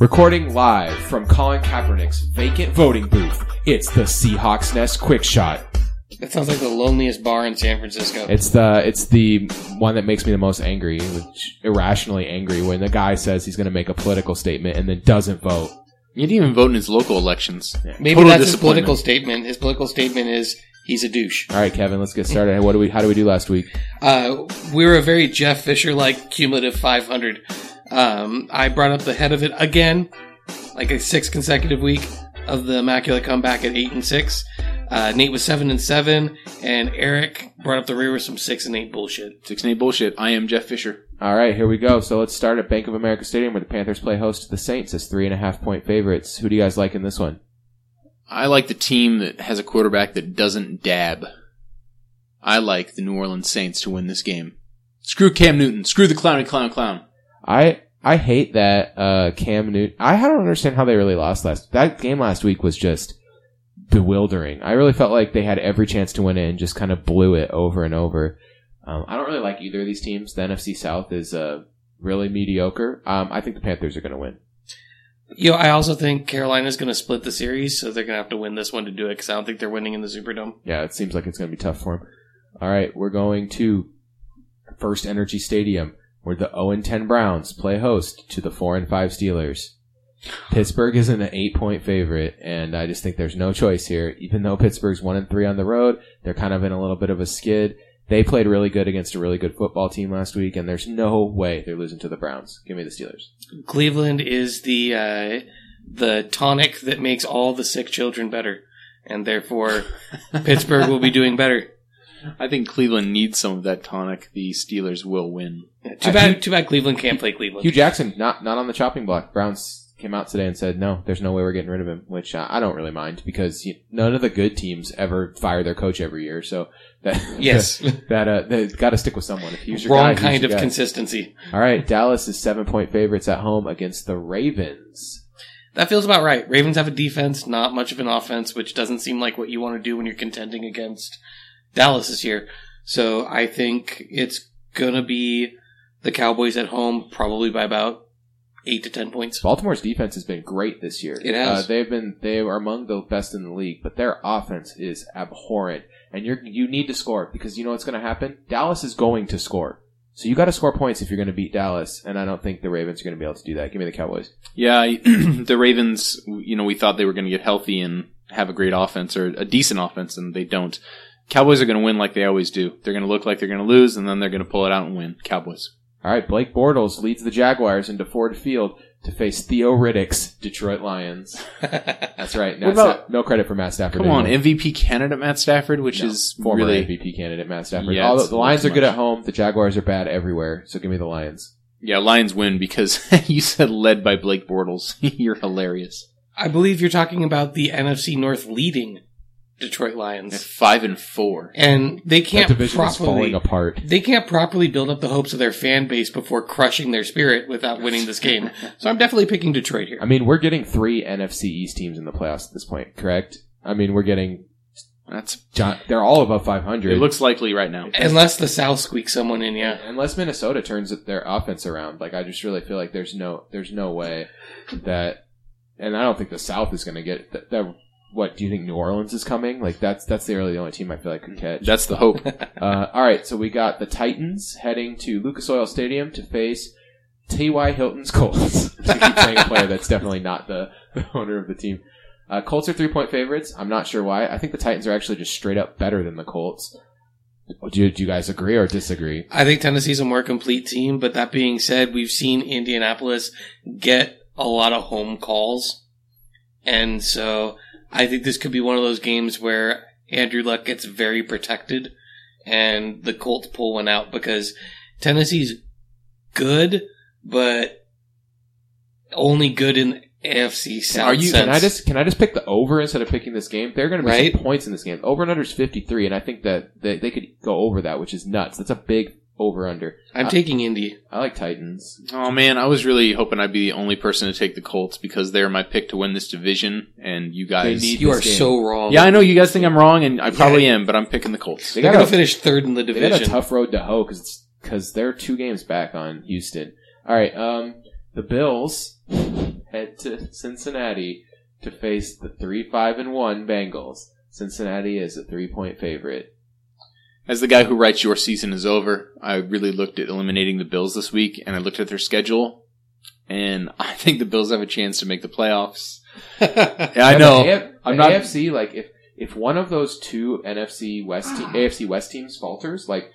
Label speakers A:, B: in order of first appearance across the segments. A: Recording live from Colin Kaepernick's vacant voting booth, it's the Seahawks Nest Quick Shot.
B: That sounds like the loneliest bar in San Francisco.
A: It's the it's the one that makes me the most angry, which- irrationally angry, when the guy says he's going to make a political statement and then doesn't vote.
C: He didn't even vote in his local elections.
B: Maybe
C: Total
B: that's his
C: disappointment.
B: political statement. His political statement is he's a douche.
A: All right, Kevin, let's get started. What do we? How do we do last week?
B: Uh, we were a very Jeff Fisher like cumulative 500. Um, I brought up the head of it again, like a sixth consecutive week of the immaculate comeback at eight and six. Uh, Nate was seven and seven, and Eric brought up the rear with some six and eight bullshit.
C: Six and eight bullshit. I am Jeff Fisher.
A: All right, here we go. So let's start at Bank of America Stadium, where the Panthers play host to the Saints as three and a half point favorites. Who do you guys like in this one?
C: I like the team that has a quarterback that doesn't dab. I like the New Orleans Saints to win this game. Screw Cam Newton. Screw the clowny clown clown.
A: I I hate that uh, Cam Newton. I don't understand how they really lost last. That game last week was just bewildering. I really felt like they had every chance to win it and just kind of blew it over and over. Um, I don't really like either of these teams. The NFC South is uh, really mediocre. Um, I think the Panthers are going to win.
B: You know, I also think Carolina's going to split the series, so they're going to have to win this one to do it because I don't think they're winning in the Superdome.
A: Yeah, it seems like it's going to be tough for him. All right, we're going to First Energy Stadium, where the 0 and 10 Browns play host to the 4 and 5 Steelers. Pittsburgh is an eight point favorite, and I just think there's no choice here. Even though Pittsburgh's 1 and 3 on the road, they're kind of in a little bit of a skid. They played really good against a really good football team last week, and there's no way they're losing to the Browns. Give me the Steelers.
B: Cleveland is the uh, the tonic that makes all the sick children better, and therefore Pittsburgh will be doing better.
C: I think Cleveland needs some of that tonic. The Steelers will win.
A: Uh,
B: Too bad. Too bad. Cleveland can't play Cleveland.
A: Hugh Jackson not not on the chopping block. Browns came out today and said no, there's no way we're getting rid of him, which uh, I don't really mind because you, none of the good teams ever fire their coach every year. So that
B: yes,
A: that uh, they got to stick with someone. If he's your guy,
B: wrong
A: he's
B: kind
A: your
B: of
A: guy.
B: consistency.
A: All right, Dallas is seven point favorites at home against the Ravens.
B: That feels about right. Ravens have a defense, not much of an offense, which doesn't seem like what you want to do when you're contending against Dallas this year. So I think it's gonna be the Cowboys at home, probably by about eight to ten points.
A: Baltimore's defense has been great this year.
B: It has.
A: Uh, they've been they are among the best in the league, but their offense is abhorrent. And you are you need to score because you know what's going to happen. Dallas is going to score, so you got to score points if you're going to beat Dallas. And I don't think the Ravens are going to be able to do that. Give me the Cowboys.
C: Yeah, I- the Ravens, you know, we thought they were going to get healthy and have a great offense or a decent offense, and they don't. Cowboys are going to win like they always do. They're going to look like they're going to lose, and then they're going to pull it out and win. Cowboys.
A: All right, Blake Bortles leads the Jaguars into Ford Field to face Theo Riddick's Detroit Lions. That's right. Now,
C: What about-
A: Sta- no credit for Matt Stafford.
C: Come on,
A: anymore.
C: MVP candidate Matt Stafford, which
A: No,
C: is
A: former
C: really
A: MVP candidate Matt Stafford.
C: Yeah,
A: Although
C: it's
A: the
C: a little
A: Lions
C: too
A: are good
C: much.
A: at home, the Jaguars are bad everywhere. So give me the Lions.
C: Yeah, Lions win because you said led by Blake Bortles. You're hilarious.
B: I believe you're talking about the NFC North leading Detroit
C: At
B: Lions,
C: five and four.
B: and they can't
A: that division is falling
B: properly
A: apart.
B: they can't properly build up the hopes of their fan base before crushing their spirit without winning this game. so I'm definitely picking Detroit
A: I
B: here.
A: mean, we're getting three NFC East teams in the playoffs at this point, correct? I mean, we're getting
C: That's
A: John, they're all above 500.
C: it looks likely right now.
B: Unless the South squeaks someone in, yeah.
A: unless Minnesota turns their offense around. Like I just really feel like there's no there's no way that, and I don't think the South is going to get that. that what do you think New Orleans is coming? Like that's that's the really the only team I feel like could catch.
C: That's the hope.
A: Uh, all right, so we got the Titans heading to Lucas Oil Stadium to face T.Y. Hilton's Colts. I keep saying a player that's definitely not the, the owner of the team. Uh, Colts are three point favorites. I'm not sure why. I think the Titans are actually just straight up better than the Colts. Do you, do you guys agree or disagree?
B: I think Tennessee's a more complete team, but that being said, we've seen Indianapolis get a lot of home calls. And so I think this could be one of those games where Andrew Luck gets very protected and the Colts pull one out because Tennessee's good, but only good in AFC South.
A: Are you? Can
B: sense.
A: I just can I just pick the over instead of picking this game? They're going to be
B: Right.
A: some points in this game. Over and under is 53, and I think that they, they could go over that, which is nuts. That's a big over under.
B: I'm taking Indy.
A: I like Titans.
C: oh man, I was really hoping I'd be the only person to take the Colts because they're my pick to win this division, and you guys.
A: They need-
B: You
A: this
B: are
A: game.
B: so wrong.
C: yeah, I know you guys think I'm wrong, and I probably am, but I'm picking the Colts.
A: They
B: They're
A: got
B: going
A: a-
B: to finish third in the division.
A: They got a tough road to hoe because they're two games back on Houston. All right, um, the The Bills head to Cincinnati to face the three five and one Bengals. Cincinnati is a three point favorite.
C: As the guy who writes your season is over, I really looked at eliminating the Bills this week, and I looked at their schedule, and I think the Bills have a chance to make the playoffs. Yeah, I
A: And
C: know.
A: The, AF-
C: I'm
A: the
C: not-
A: AFC. Like if if one of those two NFC West te- AFC West teams falters, like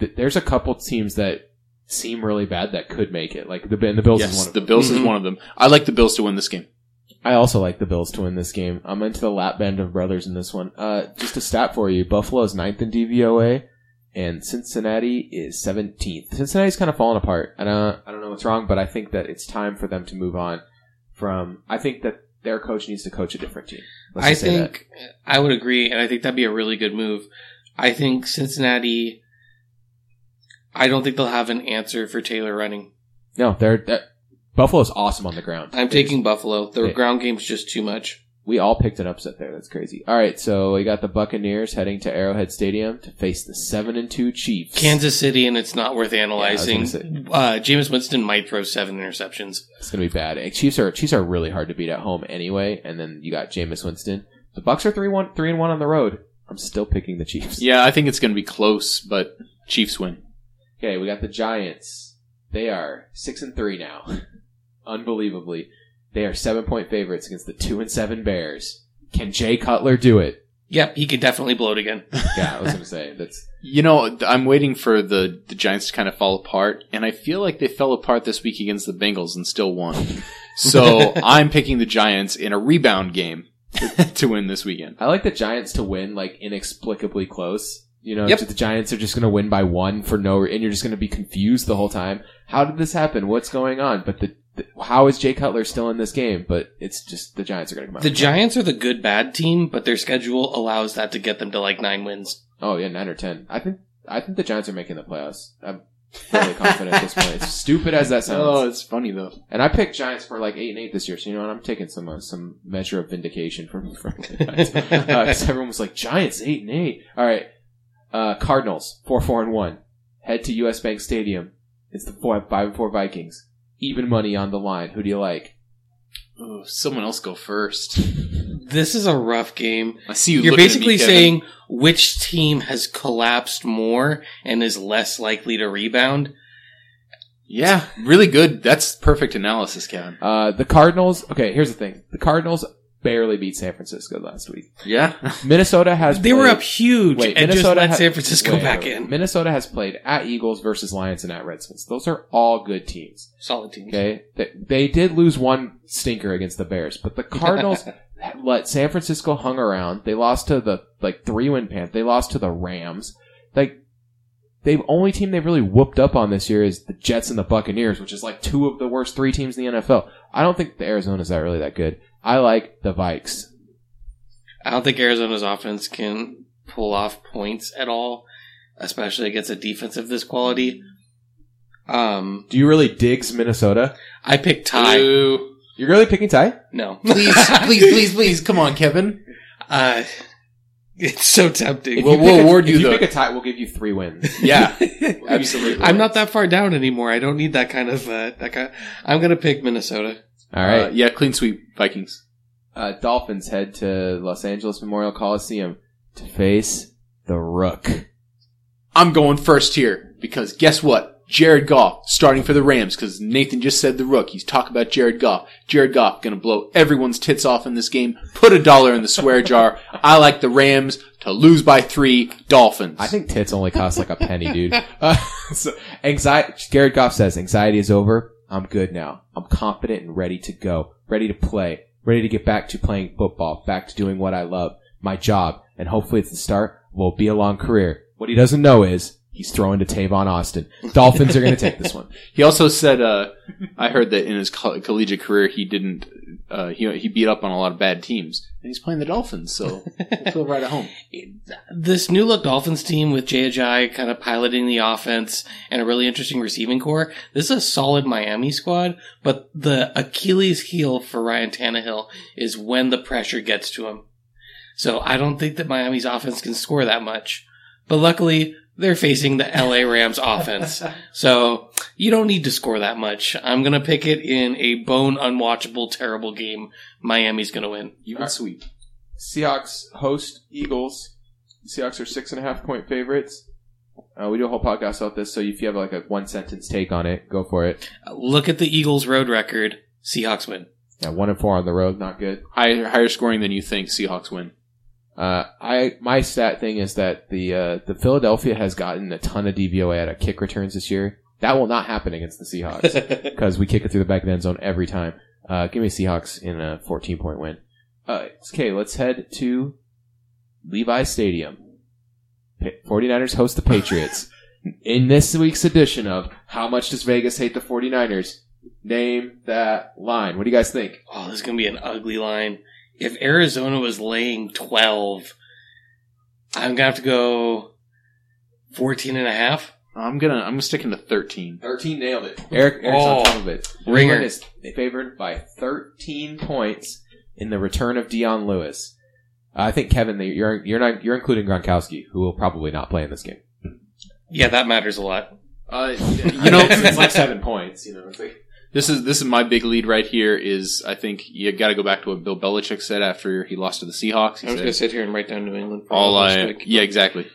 A: th- there's a couple teams that seem really bad that could make it. Like the and the Bills is one
C: yes,
A: of
C: the
A: them.
C: Bills
B: Mhm.
C: is one of them. I like the Bills to win this game.
A: I also like the Bills to win this game. I'm into the lap band of brothers in this one. Uh, just a stat for you: Buffalo's ninth in DVOA, and Cincinnati is 17th. Cincinnati's kind of falling apart. I don't, I don't know what's wrong, but I think that it's time for them to move on. From I think that their coach needs to coach a different team. Let's
B: I
A: just say that.
B: think I would agree, and I think that'd be a really good move. I think Cincinnati. I don't think they'll have an answer for Taylor running.
A: no, they're, they're- Buffalo's awesome on the ground.
B: I'm taking Buffalo. The
A: Yeah.
B: ground game's just too much.
A: We all picked an upset there. That's crazy. All right, so we got the Buccaneers heading to Arrowhead Stadium to face the seven and two Chiefs.
B: Kansas City, and it's not worth
A: was gonna
B: analyzing.
A: say.
B: uh, Jameis Winston might throw seven interceptions.
A: It's gonna be bad. Eh, Chiefs are Chiefs are really hard to beat at home anyway, and then you got Jameis Winston. The Bucks are three one three and one on the road. I'm still picking the Chiefs.
C: Yeah, I think it's going to be close, but Chiefs win.
A: Okay, we got the Giants. They are six and three now. Unbelievably. They are seven point favorites against the two and seven Bears. Can Jay Cutler do it?
B: Yep, he could definitely blow it again.
A: Yeah, I was gonna say that's
C: You know, th- I'm waiting for the, the Giants to kind of fall apart, and I feel like they fell apart this week against the Bengals and still won. So I'm picking the Giants in a rebound game to win this weekend.
A: I like the Giants to win like inexplicably close. You know,
C: Yep.
A: the Giants are just going to win by one for no, and you're just going to be confused the whole time. How did this happen? What's going on? But the, the how is Jay Cutler still in this game? But it's just the Giants are going to come out.
B: The Giants are the good bad team, but their schedule allows that to get them to like nine wins.
A: oh yeah, nine or ten. I think I think the Giants are making the playoffs. I'm fairly confident at this point. As stupid as that sounds,
C: Oh, it's funny though.
A: and I picked Giants for like eight and eight this year. So you know what? I'm taking some uh, some measure of vindication from from the Giants. because Uh, everyone was like Giants eight and eight. All right, uh, Cardinals four four and one. Head to U.S. Bank Stadium. It's the four, five and four Vikings. Even money on the line. Who do you like?
C: Oh, someone else go first.
B: this is a rough game.
C: I see you.
B: You're
C: looking at me,
B: basically
C: Kevin.
B: saying which team has collapsed more and is less likely to rebound.
C: yeah, really good. That's perfect analysis, Kevin.
A: Uh, the Cardinals. Okay, here's the thing. The Cardinals barely beat San Francisco last week.
C: Yeah,
A: Minnesota has
B: They were
A: played-
B: up huge
A: Wait,
B: and just
A: Minnesota
B: let
A: ha-
B: San Francisco
A: wait,
B: back
A: wait, wait.
B: in.
A: Minnesota has played at Eagles versus Lions and at Redskins. Those are all good teams.
B: Solid team.
A: Okay, they, they did lose one stinker against the Bears, but the Cardinals let San Francisco hung around. They lost to the like three win Panthers. They lost to the Rams. Like the only team they've really whooped up on this year is the Jets and the Buccaneers, which is like two of the worst three teams in the NFL. I don't think the Arizona's that really that good. I like the Vikes.
B: I don't think Arizona's offense can pull off points at all, especially against a defense of this quality. Um,
A: Do you really digs Minnesota?
B: I picked tie.
C: Ooh.
A: You're really picking Ty?
B: No,
C: please, please, please, please, come on, Kevin.
B: Uh, it's so tempting.
C: If We'll- you- we'll
A: pick a-
C: award you
A: If you
C: the-
A: pick a tie, we'll give you three wins.
C: Yeah, absolutely.
B: I'm not that far down anymore. I don't need that kind of uh, that kind. I'm gonna pick Minnesota.
A: All right.
C: Uh, yeah, clean sweep, Vikings.
A: uh, Dolphins head to Los Angeles Memorial Coliseum to face the Rook.
C: I'm going first here because guess what? Jared Goff starting for the Rams because Nathan just said the rook. He's talking about Jared Goff. Jared Goff gonna blow everyone's tits off in this game. Put a dollar in the swear jar. I like the Rams to lose by three. Dolphins.
A: I think tits only cost like a penny, dude. Uh, so, anxiety. Jared Goff says anxiety is over. I'm good now. I'm confident and ready to go, ready to play, ready to get back to playing football, back to doing what I love, my job, and hopefully it's the start of what will be a long career. What he doesn't know is he's throwing to Tavon Austin. Dolphins are going to take this one.
C: He also said, uh, I heard that in his coll- collegiate career, he didn't, uh, he, he beat up on a lot of bad teams. And he's playing the Dolphins, so he'll feel right at home.
B: This new look Dolphins team with Jay Ajayi kind of piloting the offense and a really interesting receiving core. This is a solid Miami squad, but the Achilles heel for Ryan Tannehill is when the pressure gets to him. So I don't think that Miami's offense can score that much. But luckily, they're facing the LA Rams offense. So you don't need to score that much. I'm going to pick it in a bone unwatchable, terrible game. Miami's going to win.
C: You
A: All
C: would
A: right.
C: sweep.
A: Seahawks host Eagles. Seahawks are six and a half point favorites. Uh, we do a whole podcast about this, so if you have like a one sentence take on it, go for it.
B: Look at the Eagles' road record. Seahawks win.
A: Yeah, one and four on the road, not good.
C: Higher, higher scoring than you think. Seahawks win.
A: Uh, I my stat thing is that the uh, the Philadelphia has gotten a ton of DVOA out of kick returns this year. That will not happen against the Seahawks because we kick it through the back of the end zone every time. Uh, give me Seahawks in a 14 point win. Uh, okay, let's head to Levi Stadium. Pa- 49ers host the Patriots. in this week's edition of How Much Does Vegas Hate the 49ers? Name that line. What do you guys think?
B: oh, this is going to be an ugly line. If Arizona was laying 12, I'm going to have to go 14 and a half.
C: I'm gonna. I'm sticking to 13.
A: 13 nailed it. Eric, Eric's
B: Oh,
A: on top of it. New
B: ringer.
A: England is favored by 13 points in the return of Dion Lewis. Uh, I think Kevin, that you're you're not you're including Gronkowski, who will probably not play in this game.
B: Yeah, that matters a lot.
C: Uh, you know,
A: it's like seven points. You know, it's like
C: This is this is my big lead right here. Is I think you got to go back to what Bill Belichick said after he lost to the Seahawks. He
B: I'm just
C: said,
B: going to sit here and write down New England. for
C: "All
B: all this
C: I,
B: week.
C: yeah, exactly.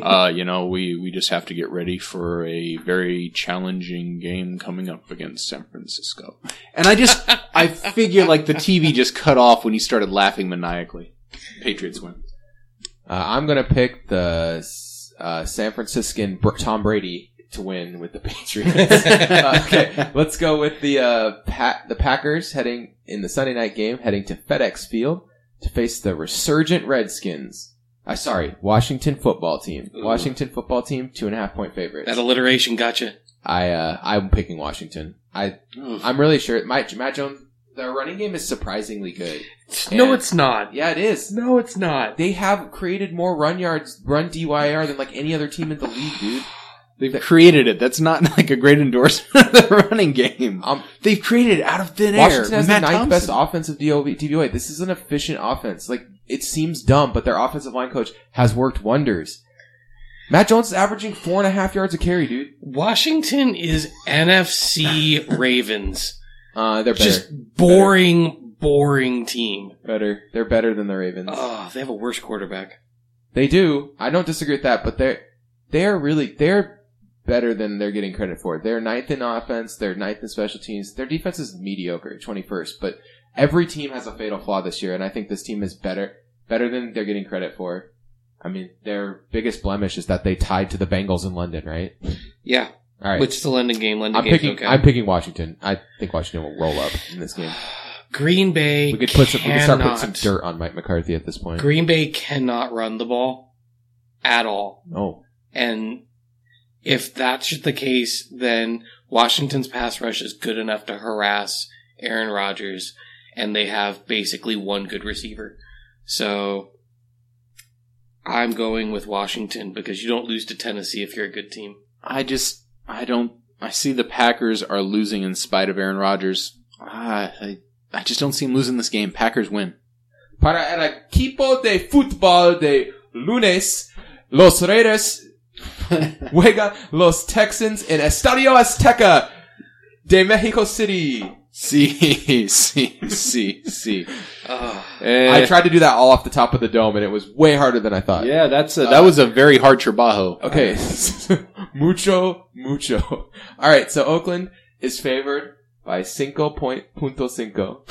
C: uh, you know, we we just have to get ready for a very challenging game coming up against San Francisco." And I just I figure like the TV just cut off when he started laughing maniacally. Patriots win.
A: uh, I'm gonna pick the uh, San Franciscan Br- Tom Brady to win with the Patriots. Uh, okay, let's go with the uh, pa- the Packers heading in the Sunday night game, heading to FedEx Field to face the resurgent Redskins. I sorry, Washington football team.
B: Ooh.
A: Washington football team, two and a half point favorites.
B: That alliteration gotcha.
A: I uh, I'm picking Washington. I I'm really sure. My, Matt Jones, their running game is surprisingly good.
B: No,
A: And-
B: it's not.
A: Yeah, it is.
B: No, it's not.
A: They have created more run yards, run DYR than like any other team in the league, dude.
C: They've created it. That's not like a great endorsement of the running game.
A: Um,
C: They've created it out of thin
A: Washington
C: air.
A: has
C: Matt
A: the ninth
C: Thompson.
A: best offensive DOV, DVOA. This is an efficient offense. Like it seems dumb, but their offensive line coach has worked wonders. Matt Jones is averaging four and a half yards a carry, dude.
B: Washington is NFC Ravens.
A: Uh, they're better.
B: Just boring, boring team.
A: better. They're better than the Ravens.
B: Oh, they have a worse quarterback.
A: They do. I don't disagree with that, but they're they're really they're better than they're getting credit for. They're ninth in offense. They're ninth in special teams. Their defense is mediocre, twenty first. But every team has a fatal flaw this year, and I think this team is better better than they're getting credit for. I mean, their biggest blemish is that they tied to the Bengals in London, right?
B: Yeah,
A: All right.
B: which is the London game. London
A: I'm
B: game's
A: picking.
B: okay.
A: I'm picking Washington. I think Washington will roll up in this game.
B: Green Bay.
A: We could put some. We could start putting
B: cannot.
A: some dirt on Mike McCarthy at this point.
B: Green Bay cannot run the ball at all,
A: Oh,
B: and if that's the case, then Washington's pass rush is good enough to harass Aaron Rodgers, and they have basically one good receiver. So. I'm going with Washington because you don't lose to Tennessee if you're a good team.
C: I just I don't I see the Packers are losing in spite of Aaron Rodgers. Ah, I I just don't see him losing this game. Packers win.
A: Para el equipo de fútbol de lunes, los Raiders juegan los Texans en Estadio Azteca de Mexico City.
C: See, see, see, see.
B: Ugh.
A: I tried to do that all off the top of the dome, and it was way harder than I thought.
C: Eh. Yeah, that's
B: Uh,
C: a, that was a very hard trabajo.
A: Okay, mucho, mucho. All right, so Oakland is favored by cinco point punto cinco.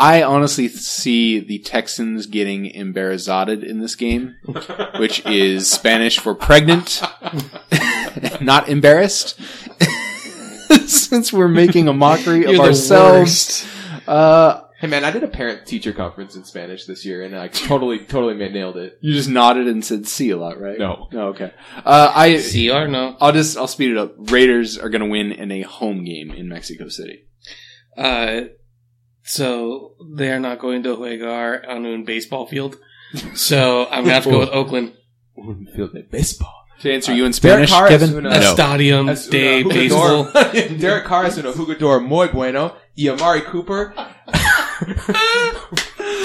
C: I honestly see the Texans getting embarrassed in this game, which is Spanish for pregnant, not embarrassed. Since we're making a mockery of
B: You're the
C: ourselves,
B: worst.
C: uh,
A: Hey man, I did a parent teacher conference in Spanish this year, and I totally, totally nailed it.
C: You just nodded and said "see" a lot, right?
A: No.
C: No. Okay. Uh, I.
B: See or no?
C: I'll just. I'll speed it up. Raiders are going to win in a home game in Mexico City.
B: Uh, so they're not going to Huegar on a baseball field. So I'm gonna have to go with Oakland.
A: Field day baseball.
C: To answer
A: Uh,
C: you in
A: Derek
C: Spanish,
A: Carr is
C: Kevin.
A: una-
C: No.
B: Stadium
A: Es una
B: Day
A: jugador-
B: Baseball.
A: Derek Carr es un jugador muy bueno y Amari Cooper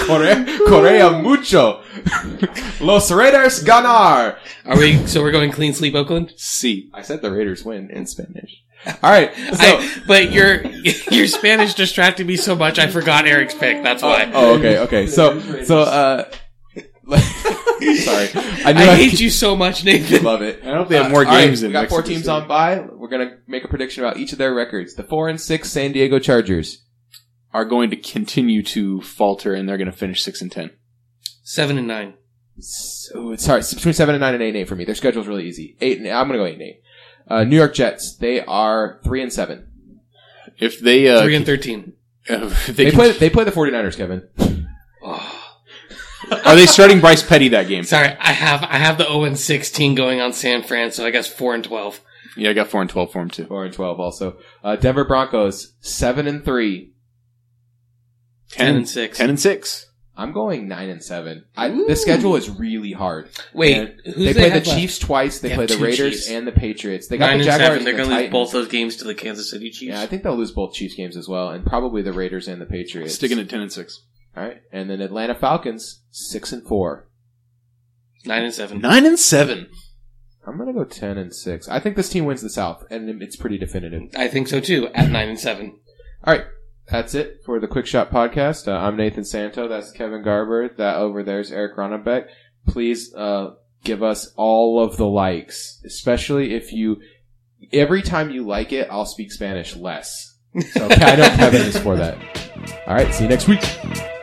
A: Corre- Correa mucho. Los Raiders ganar.
B: Are we? So we're going clean sleep, Oakland.
C: C.
A: I said the Raiders win in Spanish. All right. So,
B: I, but your your Spanish distracted me so much, I forgot Eric's pick. That's why.
A: oh, okay, okay. So, so, uh, oh, sorry.
B: I,
A: knew
B: hate you so much, Nathan.
A: Love it.
C: I hope they have more games
A: We
C: in
A: got
C: Mexico
A: four teams
C: City.
A: on by. We're gonna make a prediction about each of their records. The four and six San Diego Chargers.
C: Are going to continue to falter, and they're going to finish six and ten.
B: Seven and nine.
A: So, sorry, it's between seven and nine and eight and eight for me. Their schedule's really easy. Eight. And, I'm gonna go eight and eight. Uh, New York Jets. They are three and seven.
C: If they uh,
B: Three and thirteen.
C: can- if they
A: They,
C: can-
A: play. They play the 49ers, Kevin.
B: Oh,
C: are they starting Bryce Petty that game?
B: sorry, I have I have the zero and sixteen going on San Fran, so I guess four and twelve.
C: Yeah, I got four and twelve for him too.
A: Four and twelve. Also, uh, Denver Broncos seven and three.
B: Ten,
C: Ten
B: and six.
C: Ten and six.
A: I'm going nine and seven. I,
B: Ooh.
A: the schedule is really hard.
B: Wait, who's
A: they play
B: have
A: the
B: left?
A: Chiefs twice. They,
B: They
A: play
B: have
A: the
B: two
A: Raiders
B: Chiefs.
A: and the Patriots. They got
B: Nine
A: the
B: and
A: Jaguars.
B: seven. They're
A: and the
B: going to lose
A: Titans.
B: both those games to the Kansas City Chiefs.
A: Yeah, I think they'll lose both Chiefs games as well, and probably the Raiders and the Patriots.
C: Sticking to ten and six.
A: All right, and then Atlanta Falcons six and four.
B: Nine and seven.
C: Nine and seven.
A: I'm gonna go ten and six. I think this team wins the South, and it's pretty definitive.
B: I think so too. At nine and seven.
A: All right, that's it for the Quick Shot podcast. Uh, I'm Nathan Santo. That's Kevin Garber. That over there's Eric Ronnebeck. Please uh, give us all of the likes, especially if you. Every time you like it, I'll speak Spanish less. So I know Kevin is for that. All right, see you next week.